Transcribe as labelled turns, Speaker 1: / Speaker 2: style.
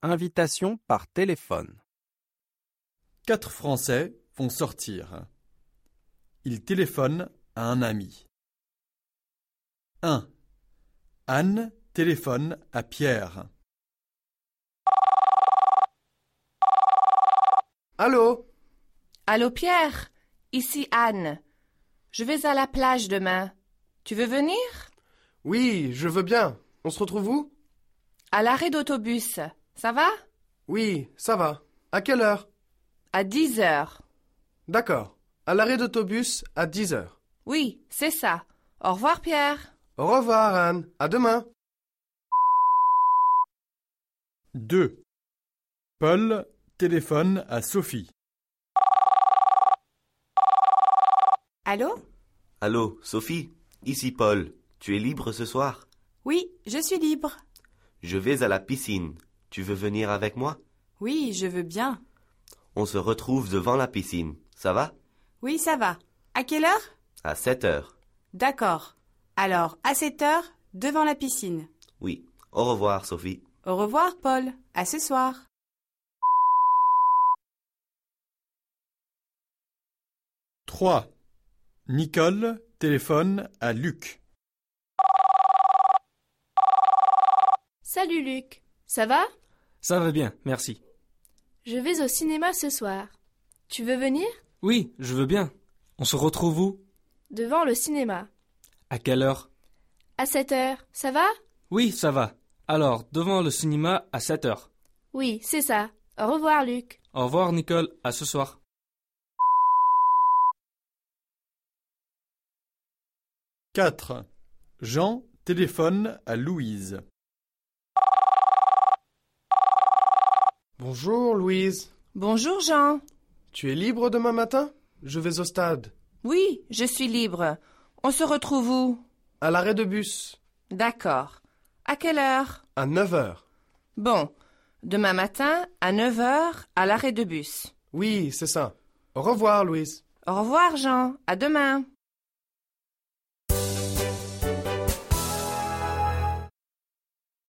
Speaker 1: Invitation par téléphone.
Speaker 2: Quatre Français vont sortir. Ils téléphonent à un ami. 1. Anne téléphone à Pierre.
Speaker 3: Allô
Speaker 4: Allô Pierre, ici Anne. Je vais à la plage demain. Tu veux venir
Speaker 3: Oui, je veux bien. On se retrouve où
Speaker 4: À l'arrêt d'autobus. Ça va
Speaker 3: Oui, ça va. À quelle heure
Speaker 4: À 10 heures.
Speaker 3: D'accord. À l'arrêt d'autobus à 10 heures.
Speaker 4: Oui, c'est ça. Au revoir Pierre.
Speaker 3: Au revoir, Anne. À demain.
Speaker 2: 2. Paul téléphone à Sophie.
Speaker 5: Allô
Speaker 6: Allô, Sophie, ici Paul. Tu es libre ce soir
Speaker 5: Oui, je suis libre.
Speaker 6: Je vais à la piscine. Tu veux venir avec moi
Speaker 5: Oui, je veux bien.
Speaker 6: On se retrouve devant la piscine. Ça va
Speaker 5: Oui, ça va. À quelle heure
Speaker 6: À 7 heures.
Speaker 5: D'accord. Alors, à 7 heures, devant la piscine.
Speaker 6: Oui. Au revoir, Sophie.
Speaker 5: Au revoir, Paul. À ce soir.
Speaker 2: Trois. Nicole téléphone à Luc.
Speaker 7: Salut Luc, ça va
Speaker 8: Ça va bien, merci.
Speaker 7: Je vais au cinéma ce soir. Tu veux venir
Speaker 8: Oui, je veux bien. On se retrouve où
Speaker 7: Devant le cinéma.
Speaker 8: À quelle heure
Speaker 7: À 7 heures, ça va
Speaker 8: Oui, ça va. Alors, devant le cinéma à 7 heures.
Speaker 7: Oui, c'est ça. Au revoir Luc.
Speaker 8: Au revoir, Nicole. À ce soir.
Speaker 2: Quatre. Jean téléphone à Louise.
Speaker 3: Bonjour, Louise.
Speaker 4: Bonjour Jean.
Speaker 3: Tu es libre demain matin Je vais au stade.
Speaker 4: Oui, je suis libre. On se retrouve où
Speaker 3: À l'arrêt de bus.
Speaker 4: D'accord. À quelle heure
Speaker 3: À 9 heures.
Speaker 4: Bon, demain matin à 9 heures à l'arrêt de bus.
Speaker 3: Oui, c'est ça. Au revoir, Louise.
Speaker 4: Au revoir Jean, à demain.